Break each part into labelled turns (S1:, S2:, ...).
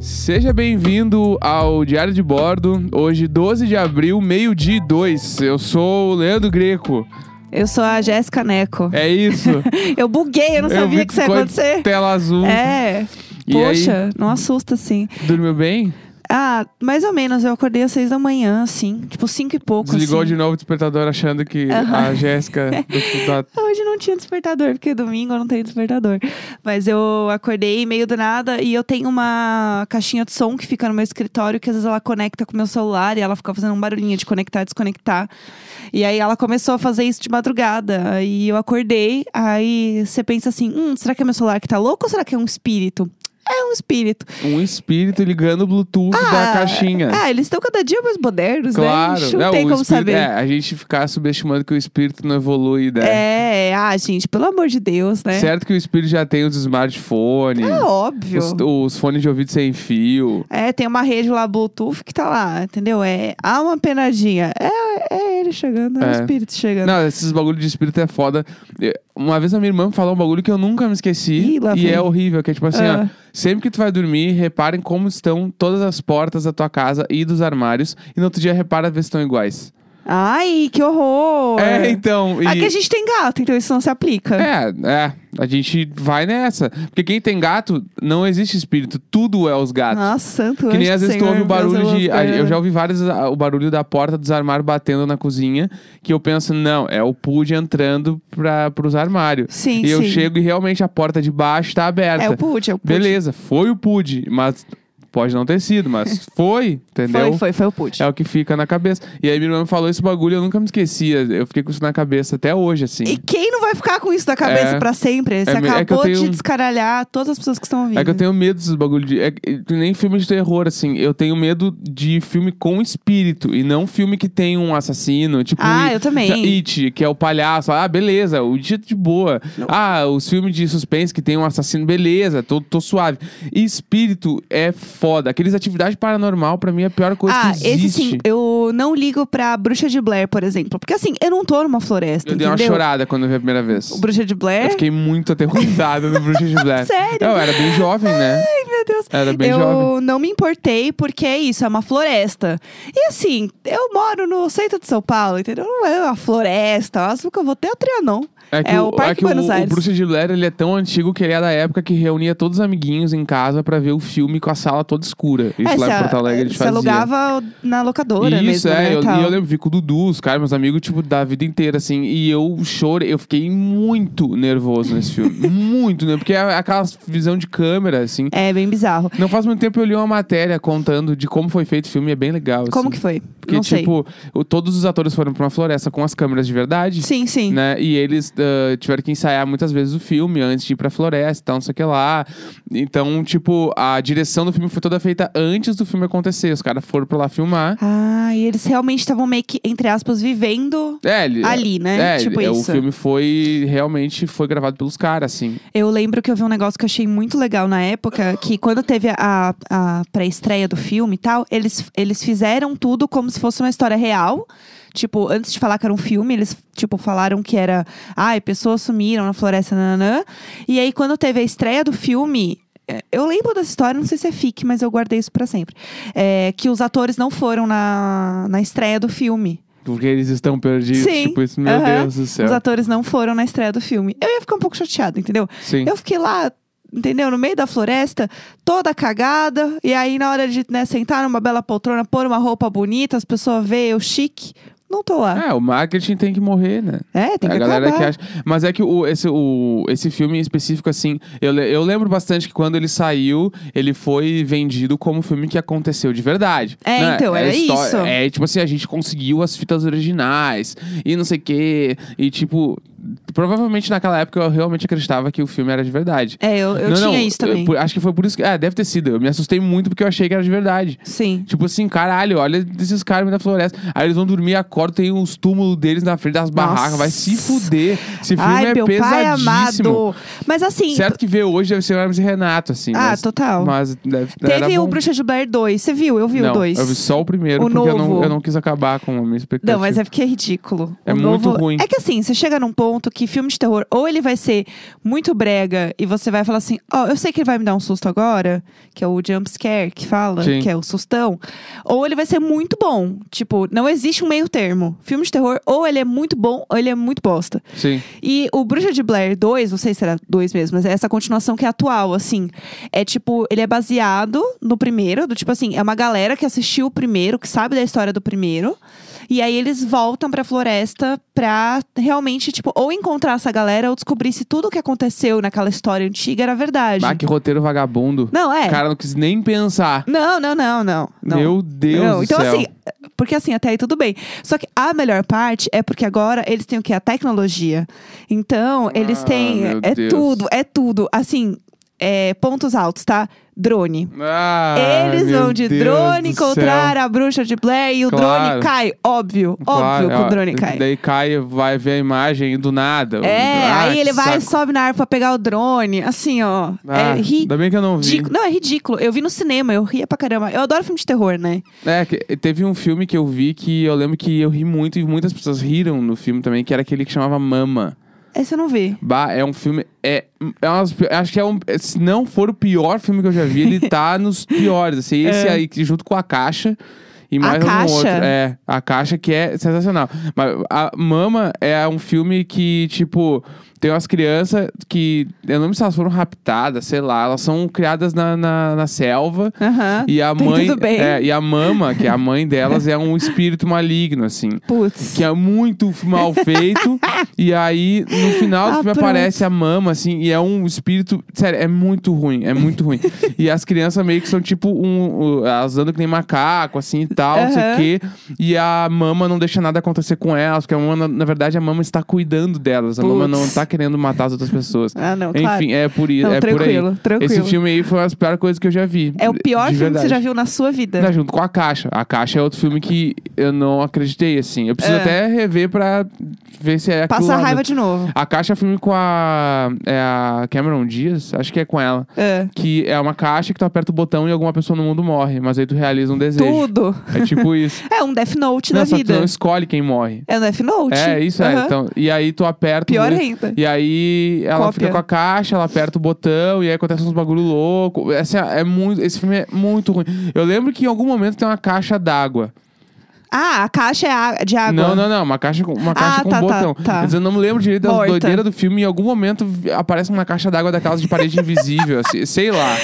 S1: Seja bem-vindo ao Diário de Bordo, hoje 12 de abril, meio-dia e dois. Eu sou o Leandro Greco.
S2: Eu sou a Jéssica Neco.
S1: É isso.
S2: Eu buguei, eu não
S1: vi
S2: sabia que isso ia
S1: ficou
S2: acontecer.
S1: Tela azul.
S2: É.
S1: E
S2: Poxa, não assusta assim.
S1: Dormiu bem?
S2: Ah, mais ou menos, eu acordei às seis da manhã, assim. Tipo, cinco e pouco.
S1: Desligou
S2: assim.
S1: de novo o despertador achando que a Jéssica. do- da-
S2: Ah, Hoje não tinha despertador, porque domingo eu não tenho despertador. Mas eu acordei meio do nada e eu tenho uma caixinha de som que fica no meu escritório, que às vezes ela conecta com o meu celular e ela fica fazendo um barulhinho de conectar e desconectar. E aí ela começou a fazer isso de madrugada. Aí eu acordei, aí você pensa assim: hum, será que é meu celular que tá louco ou será que é um espírito? É um espírito.
S1: Um espírito ligando o Bluetooth da
S2: Ah,
S1: caixinha.
S2: Ah, eles estão cada dia mais modernos, né? A
S1: Claro,
S2: gente
S1: Não,
S2: não tem
S1: o
S2: como
S1: espírito-
S2: saber.
S1: É, a gente ficar subestimando que o espírito não evolui, né?
S2: É, ah, gente, pelo amor de Deus, né?
S1: Certo que o espírito já tem os smartphones,
S2: É óbvio.
S1: os, os fones de ouvido sem fio.
S2: É, tem uma rede lá Bluetooth que tá lá, entendeu? É alma penadinha. É, é ele chegando, é,
S1: É.
S2: o espírito chegando.
S1: Não, esses bagulho de espírito é foda. Eu- Uma vez a minha irmã me falou um bagulho que eu nunca me esqueci.
S2: Ih, lá
S1: e
S2: vem.
S1: é horrível, que é tipo assim,
S2: Ah.
S1: ó. Sempre que tu vai dormir, reparem como estão todas as portas da tua casa e dos armários. E no outro dia repara ver se estão iguais.
S2: Ai, que horror!
S1: É, então. e-
S2: Aqui a gente tem gato, então isso não se aplica.
S1: É, é, a gente vai nessa. Porque quem tem gato, não existe espírito. Tudo é os gatos.
S2: Nossa, santo
S1: Que nem
S2: anjo
S1: às
S2: do
S1: vezes tu ouve o
S2: Senhor,
S1: barulho
S2: Deus
S1: de.
S2: abençoe.
S1: Eu já ouvi vários. ah, O barulho da porta dos armários batendo na cozinha. Que eu penso, não, é o PUD entrando pra, pros armários.
S2: Sim,
S1: e eu
S2: sim.
S1: chego e realmente a porta de baixo tá aberta.
S2: É o Pud, é o Pud.
S1: Beleza, foi o PUD, mas. Pode não ter sido, mas foi, entendeu?
S2: Foi, foi, foi o Pud.
S1: É o que fica na cabeça. E aí minha irmã me falou esse bagulho, eu nunca me esquecia. Eu fiquei com isso na cabeça até hoje, assim.
S2: E quem não vai ficar com isso na cabeça
S1: É.
S2: pra sempre? Você
S1: É me- é que eu
S2: acabou
S1: tenho-
S2: de descaralhar todas as pessoas que estão ouvindo.
S1: É que eu tenho medo desses bagulho de. É, que- nem filme de terror, assim. Eu tenho medo de filme com espírito e não filme que tem um assassino. Tipo,
S2: Ah,
S1: I-
S2: eu também.
S1: já- It, que é o palhaço. Ah, beleza, o dia de boa. Ah, os filmes de suspense que tem um assassino, beleza, tô, tô suave. E espírito é foda. Aqueles atividades paranormal, pra mim, é a pior coisa
S2: Ah,
S1: que existe.
S2: esse sim, eu não ligo pra Bruxa de Blair, por exemplo. Porque assim, eu não tô numa floresta,
S1: eu dei uma
S2: entendeu?
S1: chorada quando eu vi a primeira vez.
S2: O Bruxa de Blair.
S1: Eu fiquei muito aterrorizado no Bruxa de Blair.
S2: Sério?
S1: Eu era bem jovem, né?
S2: Ai, meu Deus.
S1: Era bem
S2: eu
S1: jovem.
S2: não me importei porque é isso, é uma floresta. E assim, eu moro no centro de São Paulo, entendeu? Não é uma floresta, eu acho que eu vou até o Trianon. É o Parque
S1: que
S2: Buenos Aires.
S1: O Bruce de Blair ele é tão antigo que ele é da época que reunia todos os amiguinhos em casa pra ver o filme com a sala toda escura. Isso
S2: é,
S1: lá
S2: se
S1: em
S2: a-
S1: Porto Alegre a gente
S2: se
S1: fazia.
S2: alugava na locadora
S1: Isso,
S2: mesmo,
S1: é.
S2: né,
S1: eu,
S2: tal.
S1: e eu lembro, vi com o Dudu, os caras, meus amigos, tipo, da vida inteira, assim. E eu chorei, eu fiquei muito nervoso nesse filme. muito, né? Porque é aquela visão de câmera, assim.
S2: É bem bizarro.
S1: Não faz muito tempo eu li uma matéria contando de como foi feito o filme, é bem legal.
S2: Como
S1: assim.
S2: que foi?
S1: Porque,
S2: não sei.
S1: tipo, o- todos os atores foram pra uma floresta com as câmeras de verdade
S2: Sim, sim.
S1: né? E eles ah, tiveram que ensaiar muitas vezes o filme antes de ir pra floresta e tal, não sei o que lá. Então, tipo, a direção do filme foi toda feita antes do filme acontecer. Os caras foram pra lá filmar.
S2: Ah, e eles realmente estavam meio que, entre aspas, vivendo
S1: É, ele-
S2: ali, né?
S1: é,
S2: tipo
S1: ele- é,
S2: isso.
S1: o filme foi realmente foi gravado pelos caras, assim.
S2: Eu lembro que eu vi um negócio que eu achei muito legal na época, que quando teve a, a pré-estreia do filme e tal, eles, eles fizeram tudo como se fosse uma história real. Tipo, antes de falar que era um filme, eles, tipo, falaram que era... Ai, pessoas sumiram na floresta, nananã. E aí, quando teve a estreia do filme... é, Eu lembro dessa história, não sei se é fic, mas eu guardei isso pra sempre. É, que os atores não foram na, na estreia do filme.
S1: Porque eles estão perdidos.
S2: Sim,
S1: Tipo, isso, meu
S2: aham.
S1: Deus do
S2: Os
S1: céu.
S2: atores não foram na estreia do filme. Eu ia ficar um pouco chateada, entendeu?
S1: Sim.
S2: Eu fiquei lá, entendeu? No meio da floresta, toda cagada. E aí, na hora de né, sentar numa bela poltrona, pôr uma roupa bonita, as pessoas veem eu chique. Não tô lá.
S1: É, o marketing tem que morrer, né?
S2: É, tem
S1: a
S2: que
S1: galera
S2: acabar.
S1: que acha. Mas é que o, esse, o, esse filme em específico, assim, eu, le- eu lembro bastante que quando ele saiu, ele foi vendido como um filme que aconteceu de verdade.
S2: É,
S1: né?
S2: então, era
S1: histó-
S2: isso.
S1: É, tipo assim, a gente conseguiu as fitas originais e não sei o quê. E, tipo, provavelmente naquela época eu realmente acreditava que o filme era de verdade.
S2: É, eu, eu
S1: não,
S2: tinha
S1: não,
S2: isso também.
S1: eu- por- acho que foi por isso que. É, deve ter sido. Eu me assustei muito porque eu achei que era de verdade.
S2: Sim.
S1: Tipo assim, caralho, olha esses caras da floresta. Aí eles vão dormir, acordam, tem os túmulos deles na frente das barracas. Vai se fuder. Esse filme
S2: Ai,
S1: é
S2: meu pai
S1: pesadíssimo.
S2: amado. Mas assim.
S1: certo que ver hoje deve ser o Hermes e Renato, assim.
S2: Ah,
S1: mas,
S2: total.
S1: Mas deve, era
S2: Teve
S1: bom.
S2: o Bruxa de Blair 2. Você viu? Eu vi
S1: não,
S2: o 2.
S1: Eu vi só o primeiro,
S2: O
S1: porque eu não,
S2: novo.
S1: eu não quis acabar com a minha expectativa.
S2: Não, mas é porque é ridículo.
S1: É
S2: O
S1: muito
S2: novo-
S1: ruim.
S2: É que assim, você chega num ponto que que filme de terror, ou ele vai ser muito brega e você vai falar assim: Ó, eu sei que ele vai me dar um susto agora, que é o jump scare que fala,
S1: Sim.
S2: que é o sustão. Ou ele vai ser muito bom. Tipo, não existe um meio termo. Filme de terror, ou ele é muito bom, ou ele é muito bosta.
S1: Sim.
S2: E o Bruxa de Blair 2, não sei se era 2 mesmo, mas é essa continuação que é atual, assim. É tipo, ele é baseado no primeiro, do tipo assim, é uma galera que assistiu o primeiro, que sabe da história do primeiro. E aí eles voltam pra floresta pra realmente, tipo, ou encontrar essa galera ou descobrir se tudo o que aconteceu naquela história antiga era verdade.
S1: Bah, que roteiro vagabundo.
S2: Não, é.
S1: O cara não quis nem pensar.
S2: Não, não, não, não. não.
S1: Meu Deus
S2: Não,
S1: do
S2: então
S1: céu.
S2: assim, porque assim, até aí tudo bem. Só que a melhor parte é porque agora eles têm o quê? A tecnologia. Então, eles
S1: Ah,
S2: têm.
S1: meu
S2: É
S1: Deus.
S2: tudo, é tudo. Assim, é, pontos altos, tá? Drone.
S1: Ah,
S2: Eles
S1: meu
S2: vão de
S1: Deus
S2: drone
S1: do céu.
S2: encontrar a bruxa de Blair e o
S1: Claro.
S2: drone cai. Óbvio,
S1: Claro,
S2: óbvio que
S1: ó,
S2: o drone cai.
S1: Daí cai, vai ver a imagem do nada.
S2: É,
S1: Ah,
S2: aí
S1: que
S2: ele vai,
S1: saco.
S2: sobe na árvore pra pegar o drone. Assim, ó.
S1: Ah,
S2: é ri
S1: Ainda bem que eu não vi.
S2: ridículo. Não, é ridículo. Eu vi no cinema, eu ria pra caramba. Eu adoro filme de terror, né?
S1: É, que- teve um filme que eu vi que eu lembro que eu ri muito e muitas pessoas riram no filme também, que era aquele que chamava Mama.
S2: Esse eu não vi.
S1: Bah, é um filme. É, é umas pi- acho que é um. é, Se não for o pior filme que eu já vi, ele tá nos piores. Assim, esse aí, que junto com a caixa. E mais algum
S2: É. Caixa?
S1: outro. É, a caixa que é sensacional. Mas a Mama é um filme que, tipo, tem umas crianças que. Eu não lembro se elas foram raptadas, sei lá. Elas são criadas na, na, na selva.
S2: Aham.
S1: E a
S2: Tá
S1: mãe.
S2: tudo bem.
S1: é, e a mama, que é a mãe delas, é um espírito maligno, assim
S2: Putz.
S1: que é muito f- mal feito. e aí, no final do
S2: Ah,
S1: filme,
S2: pronto.
S1: aparece a mama, assim, e é um espírito. Sério, é muito ruim, é muito ruim. e as crianças meio que são tipo um. um- elas andam que nem macaco, assim e tal, não sei o
S2: Aham.
S1: quê. E a mama não deixa nada acontecer com elas, porque a mama, na, na verdade, a mama está cuidando delas. A mama
S2: Putz.
S1: não tá querendo matar as outras pessoas.
S2: Ah, não, claro.
S1: Enfim, é por isso.
S2: Não,
S1: é por
S2: tranquilo,
S1: aí.
S2: tranquilo.
S1: Esse filme aí foi uma das piores coisas que eu já vi.
S2: É o
S1: de-
S2: pior
S1: de
S2: filme que você
S1: verdade.
S2: já viu na sua vida.
S1: Tá junto com a Caixa. A Caixa é outro filme que eu não acreditei, assim. Eu preciso
S2: É.
S1: até rever pra ver se é aquilo
S2: Passa
S1: lá
S2: a
S1: mesmo.
S2: raiva de novo.
S1: A Caixa é um filme com a... É a Cameron Diaz? Acho que é com ela.
S2: É.
S1: Que é uma caixa que tu aperta o botão e alguma pessoa no mundo morre. Mas aí tu realiza um desejo.
S2: Tudo.
S1: É tipo isso.
S2: É um Death Note
S1: não,
S2: da
S1: só que tu
S2: vida.
S1: não escolhe quem morre.
S2: É um Death Note.
S1: É, isso é.
S2: Aham.
S1: Então, e aí tu aperta...
S2: Pior
S1: o...
S2: ainda.
S1: E aí ela
S2: Cópia.
S1: fica com a caixa, ela aperta o botão e aí acontece uns bagulho louco. Essa é muito, esse filme é muito ruim. Eu lembro que em algum momento tem uma caixa d'água.
S2: Ah, a caixa é a- de água.
S1: Não, não, não. Uma caixa com, uma caixa com
S2: tá,
S1: um
S2: tá,
S1: botão.
S2: tá.
S1: Mas eu não me lembro direito das
S2: Morta.
S1: doideiras do filme. Em algum momento vi- aparece uma caixa d'água daquelas de parede invisível, assim, sei lá.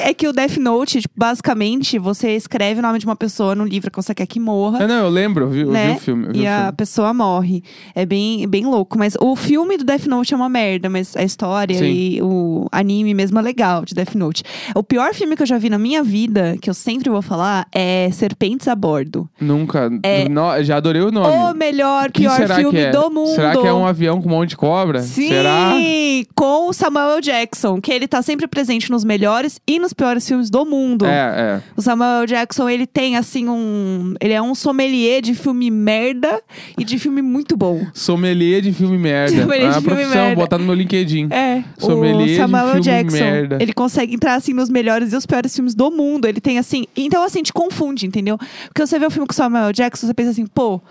S2: É que o Death Note, tipo, basicamente, você escreve o nome de uma pessoa num livro que você quer que morra.
S1: Não, não, eu lembro. Eu vi, eu
S2: né?
S1: vi o filme. Eu vi
S2: e
S1: o
S2: a
S1: filme.
S2: pessoa morre. É bem, bem louco. Mas o filme do Death Note é uma merda, mas a história
S1: Sim.
S2: e o anime mesmo é legal de Death Note. O pior filme que eu já vi na minha vida, que eu sempre vou falar, é Serpentes a Bordo.
S1: Nunca. No- já adorei o nome.
S2: É O melhor,
S1: que
S2: pior
S1: será
S2: filme
S1: que é?
S2: do mundo.
S1: Será que é um avião com um monte de cobra?
S2: Sim,
S1: Será?
S2: com o Samuel Jackson, que ele tá sempre presente nos melhores e nos piores filmes do mundo.
S1: É, é.
S2: O Samuel Jackson, ele tem assim um, ele é um sommelier de filme merda e de filme muito bom.
S1: Sommelier de filme merda.
S2: Sommelier
S1: é
S2: de
S1: uma
S2: filme
S1: profissão,
S2: merda.
S1: vou botar no meu LinkedIn.
S2: É,
S1: Sommelier de
S2: o Samuel
S1: filme
S2: Jackson.
S1: merda.
S2: Ele consegue entrar assim nos melhores e os piores filmes do mundo. Ele tem assim. Então, assim, te confunde, entendeu? Porque você vê o filme com o Samuel Jackson, você pensa assim, pô,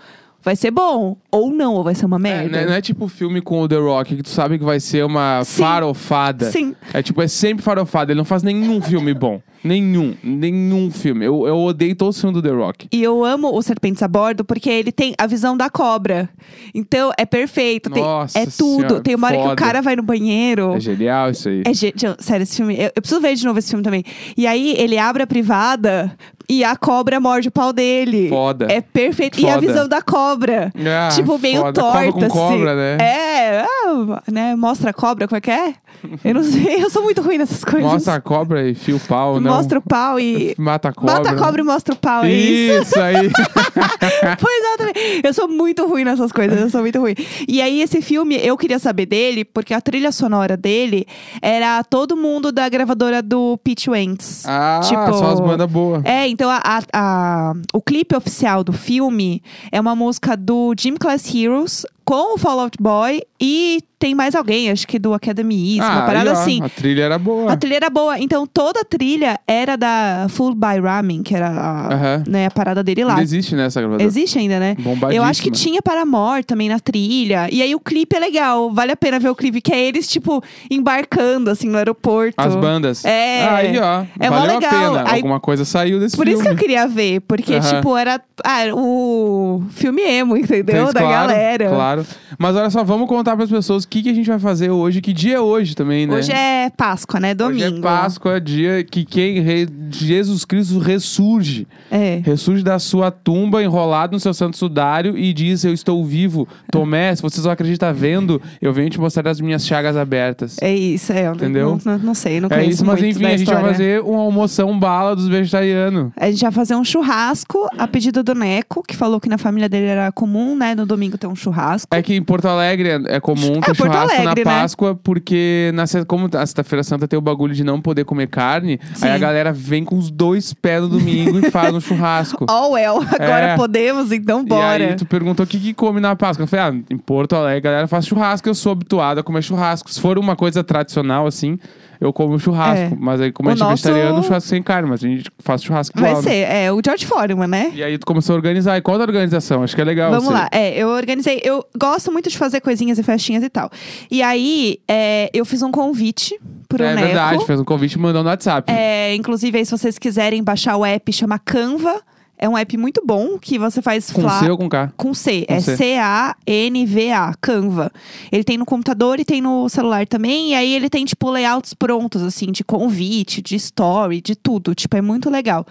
S2: vai ser bom. Ou não, ou vai ser uma
S1: É,
S2: merda.
S1: não, é, não é tipo filme com o The Rock, que tu sabe que vai ser uma
S2: então. Sim.
S1: farofada.
S2: Sim.
S1: É tipo, é sempre farofada. Ele não faz nenhum filme bom. Nenhum. Nenhum filme. Eu, eu odeio todo o filme do The Rock.
S2: E eu amo o Serpentes a Bordo porque ele tem a visão da cobra. Então, é perfeito. tem-
S1: Nossa
S2: é tudo.
S1: Senhora,
S2: tem uma hora que
S1: foda.
S2: o cara vai no banheiro.
S1: É genial isso aí.
S2: É ge- Gente, sério, esse filme. Eu, eu preciso ver de novo esse filme também. E aí ele abre a privada e a cobra morde o pau dele.
S1: Foda.
S2: É perfeito. E a
S1: Foda.
S2: visão da cobra.
S1: Ah,
S2: tipo, meio
S1: foda.
S2: torta.
S1: Cobra com cobra,
S2: assim.
S1: né?
S2: É, ah, né? Mostra a cobra, como é que é? Eu não sei, eu sou muito ruim nessas coisas.
S1: Mostra a cobra e fia o pau, não.
S2: Mostra o pau e.
S1: Mata a cobra. né?
S2: Mata a cobra e mostra o pau, é isso.
S1: Isso, aí.
S2: Pois é, eu também. Eu sou muito ruim nessas coisas, eu sou muito ruim. E aí, esse filme, eu queria saber dele, porque a trilha sonora dele era todo mundo da gravadora do Pete Wentz.
S1: ah,
S2: Tipo-
S1: só as bandas boas.
S2: É, então a, a- a- o clipe oficial do filme é uma música do Gym Class Heroes com o Fall Out Boy e tem mais alguém, acho que do Academy East, uma
S1: Ah, aí,
S2: parada
S1: ó,
S2: assim.
S1: A trilha era boa.
S2: A trilha era boa. Então toda a trilha era da Full by Ramen, que era a,
S1: Aham.
S2: né, a parada dele lá.
S1: Ainda existe, né, essa gravadora?
S2: Existe ainda, né? Eu
S1: Bombadíssima.
S2: acho que tinha Paramore também na trilha. E aí o clipe é legal. Vale a pena ver o clipe, que é eles, tipo, embarcando, assim, no aeroporto.
S1: As bandas.
S2: É.
S1: Aí, ó.
S2: É mó
S1: valeu
S2: legal.
S1: a pena.
S2: Aí-
S1: Alguma coisa saiu desse
S2: Por
S1: filme.
S2: isso que eu queria ver, porque,
S1: Aham.
S2: tipo, era ah, era o filme emo, entendeu?
S1: Fez,
S2: da
S1: claro,
S2: galera.
S1: Claro. Mas olha só, vamos contar pras pessoas o que, que a gente vai fazer hoje. Que dia é hoje também, né?
S2: Hoje é Páscoa, né?
S1: Hoje
S2: Domingo.
S1: é Páscoa, dia que quem re- Jesus Cristo ressurge.
S2: É.
S1: Ressurge da sua tumba, enrolado no seu santo sudário, e diz: Eu estou vivo. Tomé, se você só acredita vendo, eu venho te mostrar as minhas chagas abertas.
S2: É isso, é. eu
S1: Entendeu?
S2: Não, não, não sei, não
S1: É
S2: conheço
S1: isso, mas
S2: muito
S1: enfim,
S2: da
S1: a gente vai
S2: história.
S1: fazer uma almoção bala dos vegetarianos.
S2: A gente vai fazer um churrasco a pedido do Neco, que falou que na família dele era comum, né? No domingo ter um churrasco.
S1: É que em Porto Alegre é é comum
S2: É,
S1: ter
S2: Porto
S1: churrasco
S2: Alegre,
S1: na
S2: né?
S1: Páscoa, porque na, se- como a sexta-feira santa tem o bagulho de não poder comer carne,
S2: Sim.
S1: aí a galera vem com os dois pés no domingo e faz um churrasco.
S2: Oh, well, agora
S1: É.
S2: podemos, então
S1: E
S2: bora.
S1: aí tu perguntou o que, que come na Páscoa. Eu falei, ah, em Porto Alegre a galera faz churrasco, eu sou habituado a comer churrasco. Se for uma coisa tradicional, assim, eu como churrasco.
S2: É.
S1: Mas aí, como a
S2: O
S1: gente é
S2: nosso-
S1: vegetariano, churrasco sem carne, mas a gente faz churrasco
S2: Vai
S1: igual, né?
S2: ser, é, o George Foreman, né?
S1: E aí tu começou a organizar. E qual a organização? Acho que é legal.
S2: Vamos
S1: você-
S2: lá, é, eu organizei, eu gosto muito de fazer coisinhas e festinhas e tal. E aí, é, eu fiz um convite pro
S1: É
S2: Neco.
S1: verdade, fez um convite e mandou no WhatsApp.
S2: É, inclusive, aí, se vocês quiserem baixar o app, chama Canva. É um app muito bom que você faz
S1: Com
S2: fla-
S1: C ou com K?
S2: Com C, é
S1: C.
S2: C-A-N-V-A, Canva. Ele tem no computador e tem no celular também. E aí ele tem, tipo, layouts prontos, assim, de convite, de story, de tudo. Tipo, é muito legal.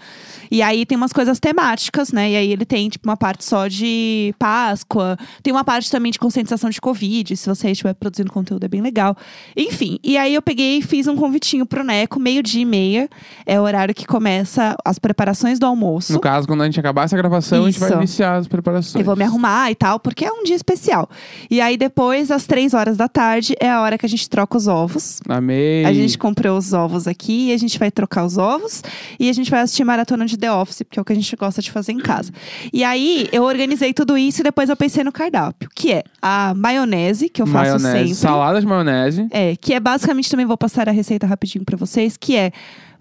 S2: E aí tem umas coisas temáticas, né? E aí ele tem, tipo, uma parte só de Páscoa. Tem uma parte também de conscientização de Covid, se você estiver produzindo conteúdo, é bem legal. Enfim, e aí eu peguei e fiz um convitinho pro Neco, meio-dia e meia. É o horário que começa as preparações do almoço.
S1: No caso, quando a gente acabar essa gravação, a gente vai
S2: Isso.
S1: iniciar as preparações.
S2: Eu vou me arrumar e tal, porque é um dia especial. E aí depois, às três horas da tarde, é a hora que a gente troca os ovos.
S1: Amei.
S2: A gente comprou os ovos aqui e a gente vai trocar os ovos. E a gente vai assistir maratona de The Office, porque é o que a gente gosta de fazer em casa. E aí, eu organizei tudo isso e depois eu pensei no cardápio. Que é a maionese, que eu faço
S1: maionese.
S2: sempre.
S1: Salada de maionese.
S2: É, que é basicamente também vou passar a receita rapidinho pra vocês, que é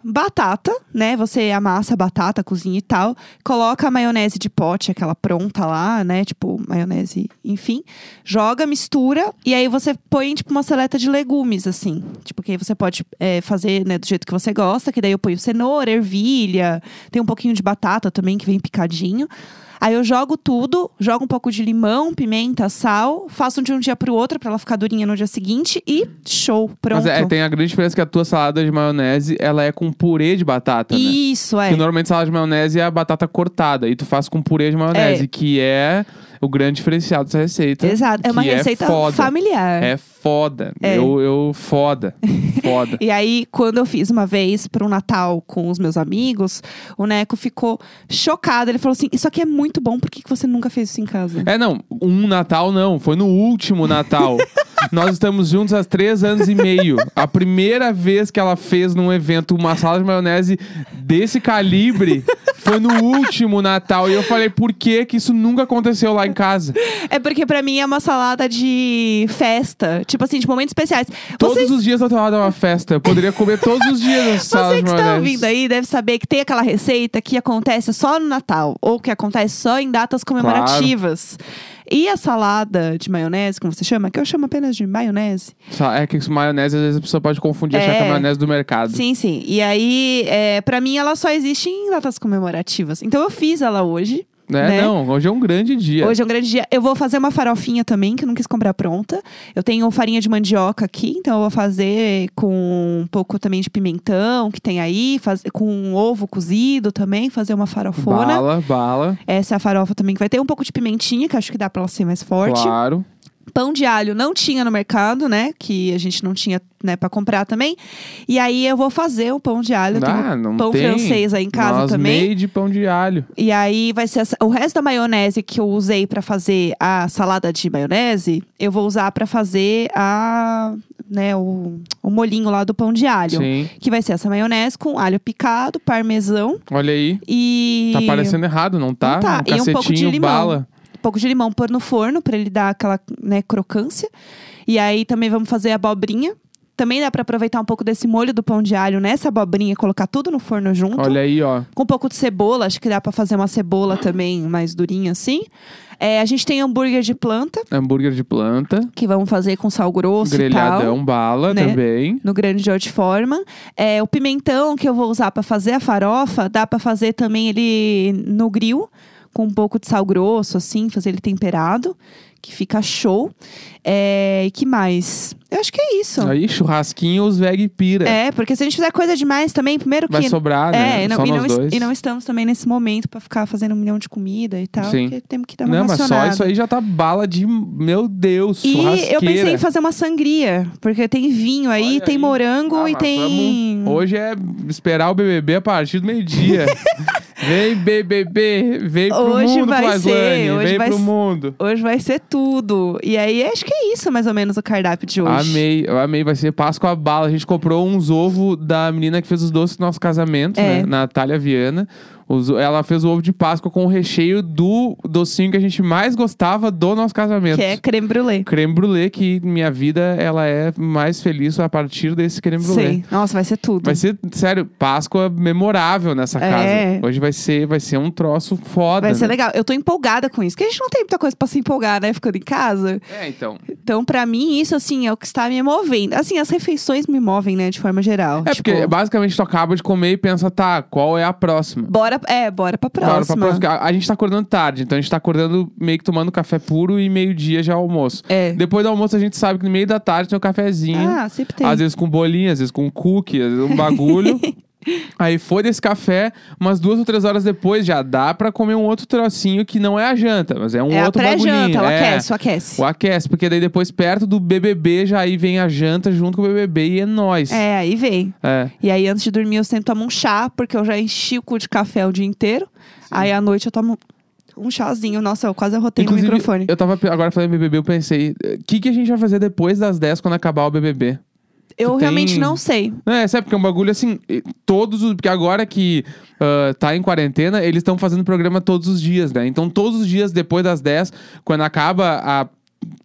S2: batata, né? Você amassa a batata, cozinha e tal, coloca a maionese de pote, aquela pronta lá, né? Tipo, maionese, enfim, joga, mistura e aí você põe tipo uma seleta de legumes assim, tipo que aí você pode é, fazer, né, do jeito que você gosta, que daí eu ponho cenoura, ervilha, tem um pouquinho de batata também que vem picadinho. Aí eu jogo tudo, jogo um pouco de limão, pimenta, sal, faço de um dia pro outro pra ela ficar durinha no dia seguinte e show, pronto.
S1: Mas é, tem a grande diferença que a tua salada de maionese, ela é com purê de batata, né?
S2: Isso, é.
S1: Que normalmente salada de maionese é a batata cortada. E tu faz com purê de maionese, que é o grande diferencial dessa receita.
S2: Exato. É uma
S1: que
S2: receita
S1: é foda.
S2: familiar.
S1: É foda.
S2: É.
S1: Eu, eu foda. Foda.
S2: E aí, quando eu fiz uma vez para um Natal com os meus amigos, o Neco ficou chocado. Ele falou assim: Isso aqui é muito bom, por que, que você nunca fez isso em casa?
S1: É, não, um Natal não, foi no último Natal. Nós estamos juntos há três anos e meio. A primeira vez que ela fez num evento uma salada de maionese desse calibre foi no último Natal. E eu falei, por que que isso nunca aconteceu lá em casa?
S2: É porque pra mim é uma salada de festa, tipo assim, de momentos especiais.
S1: Todos
S2: Vocês,
S1: os dias da tua lado é uma festa. Eu poderia comer todos os dias essa salada
S2: você que
S1: de
S2: está
S1: maionese.
S2: ouvindo aí deve saber que tem aquela receita que acontece só no Natal, ou que acontece só em datas comemorativas. E a salada de maionese, como você chama, que eu chamo apenas de maionese.
S1: Sa- É que isso, maionese, às vezes a pessoa pode confundir, achar
S2: É.
S1: que é maionese do mercado.
S2: Sim, sim. E aí, é, para mim, ela só existe em datas comemorativas. Então eu fiz ela hoje.
S1: É,
S2: né?
S1: Não, hoje é um grande dia.
S2: Hoje é um grande dia. Eu vou fazer uma farofinha também, que eu não quis comprar pronta. Eu tenho farinha de mandioca aqui, então eu vou fazer com um pouco também de pimentão que tem aí, faz- com um ovo cozido também, fazer uma farofona.
S1: Bala, bala,
S2: Essa é a farofa também que vai ter um pouco de pimentinha, que eu acho que dá pra ela ser mais forte.
S1: claro.
S2: Pão de alho não tinha no mercado, né? Que a gente não tinha, né, pra comprar também. E aí eu vou fazer o pão de alho. Eu tenho
S1: Ah, não
S2: pão
S1: tem.
S2: francês aí em casa
S1: Nós
S2: também.
S1: meio de pão de alho.
S2: E aí vai ser essa- o resto da maionese que eu usei pra fazer a salada de maionese, eu vou usar pra fazer a, né, o, o molhinho lá do pão de alho,
S1: Sim.
S2: que vai ser essa maionese com alho picado, parmesão
S1: Olha aí.
S2: e
S1: Tá parecendo errado, não tá?
S2: Não tá.
S1: Um
S2: E um pouco de
S1: cacetinho,
S2: limão.
S1: bala.
S2: um pouco de limão pôr no forno pra ele dar aquela, né, crocância. E aí também vamos fazer abobrinha. Também dá pra aproveitar um pouco desse molho do pão de alho nessa abobrinha e colocar tudo no forno junto.
S1: Olha aí, ó.
S2: Com um pouco de cebola, acho que dá pra fazer uma cebola também mais durinha assim. É, a gente tem hambúrguer de planta,
S1: Hambúrguer de planta.
S2: que vamos fazer com sal grosso e tal.
S1: Grelhadão, bala
S2: né?
S1: também.
S2: No grande George Foreman. É, o pimentão que eu vou usar pra fazer a farofa, dá pra fazer também ele no grill, com um pouco de sal grosso, assim, fazer ele temperado, que fica show. É, e que mais? Eu acho que é isso.
S1: Aí, churrasquinho, os veg pira.
S2: É, porque se a gente fizer coisa demais também, primeiro
S1: Vai
S2: que.
S1: sobrar,
S2: é,
S1: né?
S2: e não,
S1: Só
S2: e,
S1: nós
S2: não, es-
S1: dois.
S2: e não estamos também nesse momento pra ficar fazendo um milhão de comida e tal,
S1: Sim.
S2: porque temos que dar uma
S1: Não, mas só
S2: racionada.
S1: isso aí já tá bala de. Meu Deus,
S2: E
S1: churrasqueira.
S2: eu pensei em fazer uma sangria, porque tem vinho aí,
S1: Olha
S2: tem
S1: aí.
S2: morango
S1: Ah,
S2: e
S1: mas
S2: tem.
S1: vamos- Hoje é esperar o BBB a partir do meio-dia. vem, BBB. Vem pro
S2: Hoje
S1: mundo,
S2: vai
S1: Flaslane.
S2: ser, hoje
S1: Vem
S2: vai
S1: pro
S2: ser-
S1: mundo.
S2: Hoje vai ser tudo. E aí, acho que é isso mais ou menos o cardápio de hoje.
S1: Amei, eu amei. Vai ser Páscoa à bala. A gente comprou uns ovos da menina que fez os doces do nosso casamento,
S2: É.
S1: né? Natália Viana. Os- ela fez o ovo de Páscoa com o recheio do docinho que a gente mais gostava do nosso casamento.
S2: Que é creme brulee.
S1: Creme brulee, que minha vida ela é mais feliz a partir desse creme brulee.
S2: Sei. Nossa, vai ser tudo.
S1: Vai ser, sério, Páscoa memorável nessa
S2: É.
S1: casa. Hoje vai ser, vai ser um troço foda.
S2: Vai ser
S1: né?
S2: legal. Eu tô empolgada com isso, porque a gente não tem muita coisa pra se empolgar, né? Ficando em casa.
S1: É, então.
S2: Então, pra mim, isso, assim, é o que está me movendo. Assim, as refeições me movem, né? De forma geral.
S1: É,
S2: Tipo,
S1: porque basicamente tu acaba de comer e pensa, tá, qual é a próxima?
S2: Bora, é, bora
S1: Bora
S2: pra
S1: pra
S2: próxima.
S1: próxima. A, a gente tá acordando tarde, então a gente tá acordando meio que tomando café puro e meio-dia já é almoço.
S2: É.
S1: Depois do almoço a gente sabe que no meio da tarde tem um cafezinho.
S2: Ah, sempre tem.
S1: Às vezes com bolinha, às vezes com cookie, às vezes um bagulho. Aí foi desse café, umas duas ou três horas depois já dá pra comer um outro trocinho que não é a janta, mas é um
S2: é a
S1: outro bagulhinho.
S2: pré-janta, ela
S1: é.
S2: aquece, aquece.
S1: O aquece, porque daí depois perto do BBB já aí vem a janta junto com o BBB e é nóis.
S2: É, aí vem.
S1: É.
S2: E aí, antes de dormir, eu sempre tomo um chá, porque eu já enchi o cu de café o dia inteiro. Aí, à noite, eu tomo um chazinho. Nossa, eu quase arrotei no
S1: Inclusive,
S2: um microfone.
S1: eu tava pe- agora falando em BBB, eu pensei, o que, que a gente vai fazer depois das 10 quando acabar o BBB?
S2: Eu
S1: tem-
S2: realmente não sei.
S1: Não, É, sabe, porque é um bagulho assim, e todos os. Porque agora que ah, tá em quarentena, eles estão fazendo programa todos os dias, né? Então, todos os dias depois das 10, quando acaba a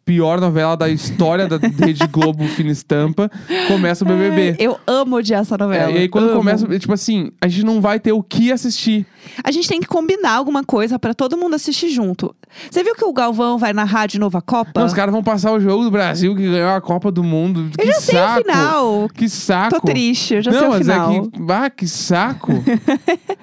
S1: pior novela da história da Rede Globo Fina Estampa, começa o BBB.
S2: É, Eu amo odiar essa novela.
S1: É, e aí, quando
S2: Amo.
S1: começa, tipo assim, a gente não vai ter o que assistir.
S2: A gente tem que combinar alguma coisa pra todo mundo assistir junto. Você viu que o Galvão vai narrar de novo a Copa?
S1: Não, Então, os caras vão passar o jogo do Brasil que ganhou a Copa do Mundo.
S2: Tá. eu
S1: que
S2: já sei
S1: saco.
S2: o final.
S1: Que saco.
S2: Tô triste, eu já
S1: não,
S2: sei o
S1: mas
S2: final.
S1: é que. Ah, que saco.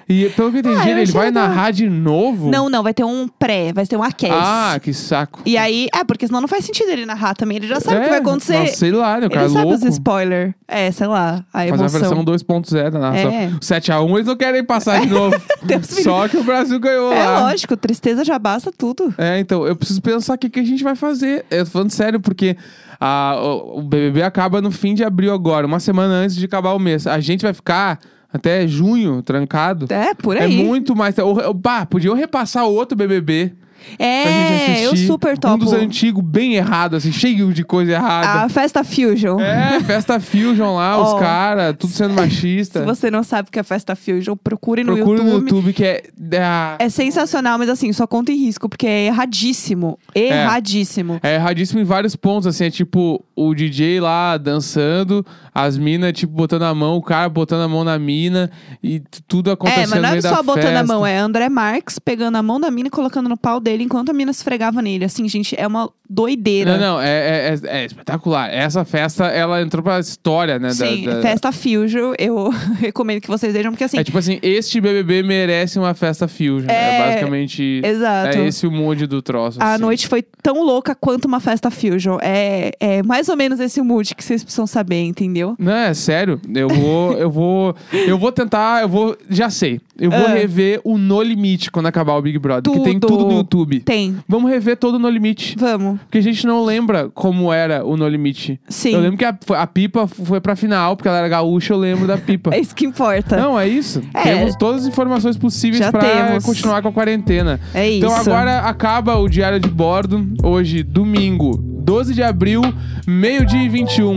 S1: e pelo que eu entendi,
S2: Ah, eu
S1: ele
S2: achei
S1: vai
S2: legal.
S1: narrar de novo?
S2: Não, não, vai ter um pré, vai ter um aquece.
S1: Ah, que saco.
S2: E aí, é, porque senão não faz sentido ele narrar também. Ele já sabe o
S1: É,
S2: que vai acontecer.
S1: Não, sei lá, né? O cara
S2: ele
S1: é
S2: sabe
S1: louco.
S2: os spoilers. É, sei lá, a
S1: Fazer a versão
S2: emoção.
S1: 2.0 da narração.
S2: É.
S1: O 7x1 eles não querem passar de novo.
S2: Deus me
S1: Só que o Brasil ganhou
S2: É
S1: lá.
S2: lógico, tristeza já basta tudo.
S1: É, então, eu preciso pensar o que, que a gente vai fazer. Eu tô falando sério, porque a, o, o BBB acaba no fim de abril agora, uma semana antes de acabar o mês. A gente vai ficar até junho trancado.
S2: É, por
S1: É
S2: aí.
S1: muito mais. Ou- ou- Bah, podiam repassar outro BBB
S2: É,
S1: pra gente
S2: eu
S1: assistir.
S2: super
S1: Um
S2: topo.
S1: dos antigos, bem errado, assim, cheio de coisa errada.
S2: a festa Fusion.
S1: É, festa Fusion lá,
S2: Ó,
S1: os caras, tudo sendo machista.
S2: Se você não sabe o que é festa Fusion, procure no,
S1: Procura
S2: YouTube.
S1: então. no YouTube que é. é-
S2: É sensacional, mas assim, só conta em risco, porque é erradíssimo. Erradíssimo.
S1: É erradíssimo em vários pontos, assim, é tipo o DJ lá dançando, as minas, tipo, botando a mão, o cara botando a mão na mina, e t- tudo acontecendo
S2: mas não
S1: no
S2: é
S1: meio
S2: só
S1: da
S2: botando
S1: festa.
S2: a mão, é André Marques pegando a mão da mina e colocando no pau dele enquanto a mina esfregava nele. Assim, gente, é uma doideira.
S1: Não, não, é, é- é- é espetacular. Essa festa, ela entrou pra história, né? da-
S2: Sim,
S1: da,
S2: festa Fusion, eu recomendo que vocês vejam, porque assim,
S1: É tipo assim, este BBB merece uma festa fusion.
S2: É,
S1: É, basicamente.
S2: exato.
S1: É esse o mood do troço.
S2: A
S1: assim.
S2: noite foi tão louca quanto uma festa fusion. É, é mais ou menos esse mood que vocês precisam saber, entendeu?
S1: Não, é sério. Eu vou, eu vou, eu vou tentar, eu vou, já sei. Eu vou
S2: Ah.
S1: rever o No Limite quando acabar o Big Brother, que tem
S2: Tudo.
S1: tudo no YouTube.
S2: Tem.
S1: Vamos rever todo o No Limite.
S2: Vamos.
S1: Porque a gente não lembra como era o No Limite.
S2: Sim.
S1: Eu lembro que a, foi- a Pipa foi pra final, porque ela era gaúcha, eu lembro da Pipa.
S2: É isso que importa.
S1: Não, é isso.
S2: É.
S1: Temos todas as informações possíveis
S2: Já
S1: pra
S2: temos.
S1: continuar com a quarentena.
S2: É isso.
S1: Então agora acaba o Diário de Bordo. Hoje, domingo, 12 de abril, meio-dia e 21.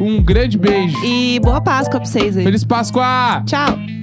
S1: Um grande beijo.
S2: E boa Páscoa pra vocês aí.
S1: Feliz Páscoa!
S2: Tchau.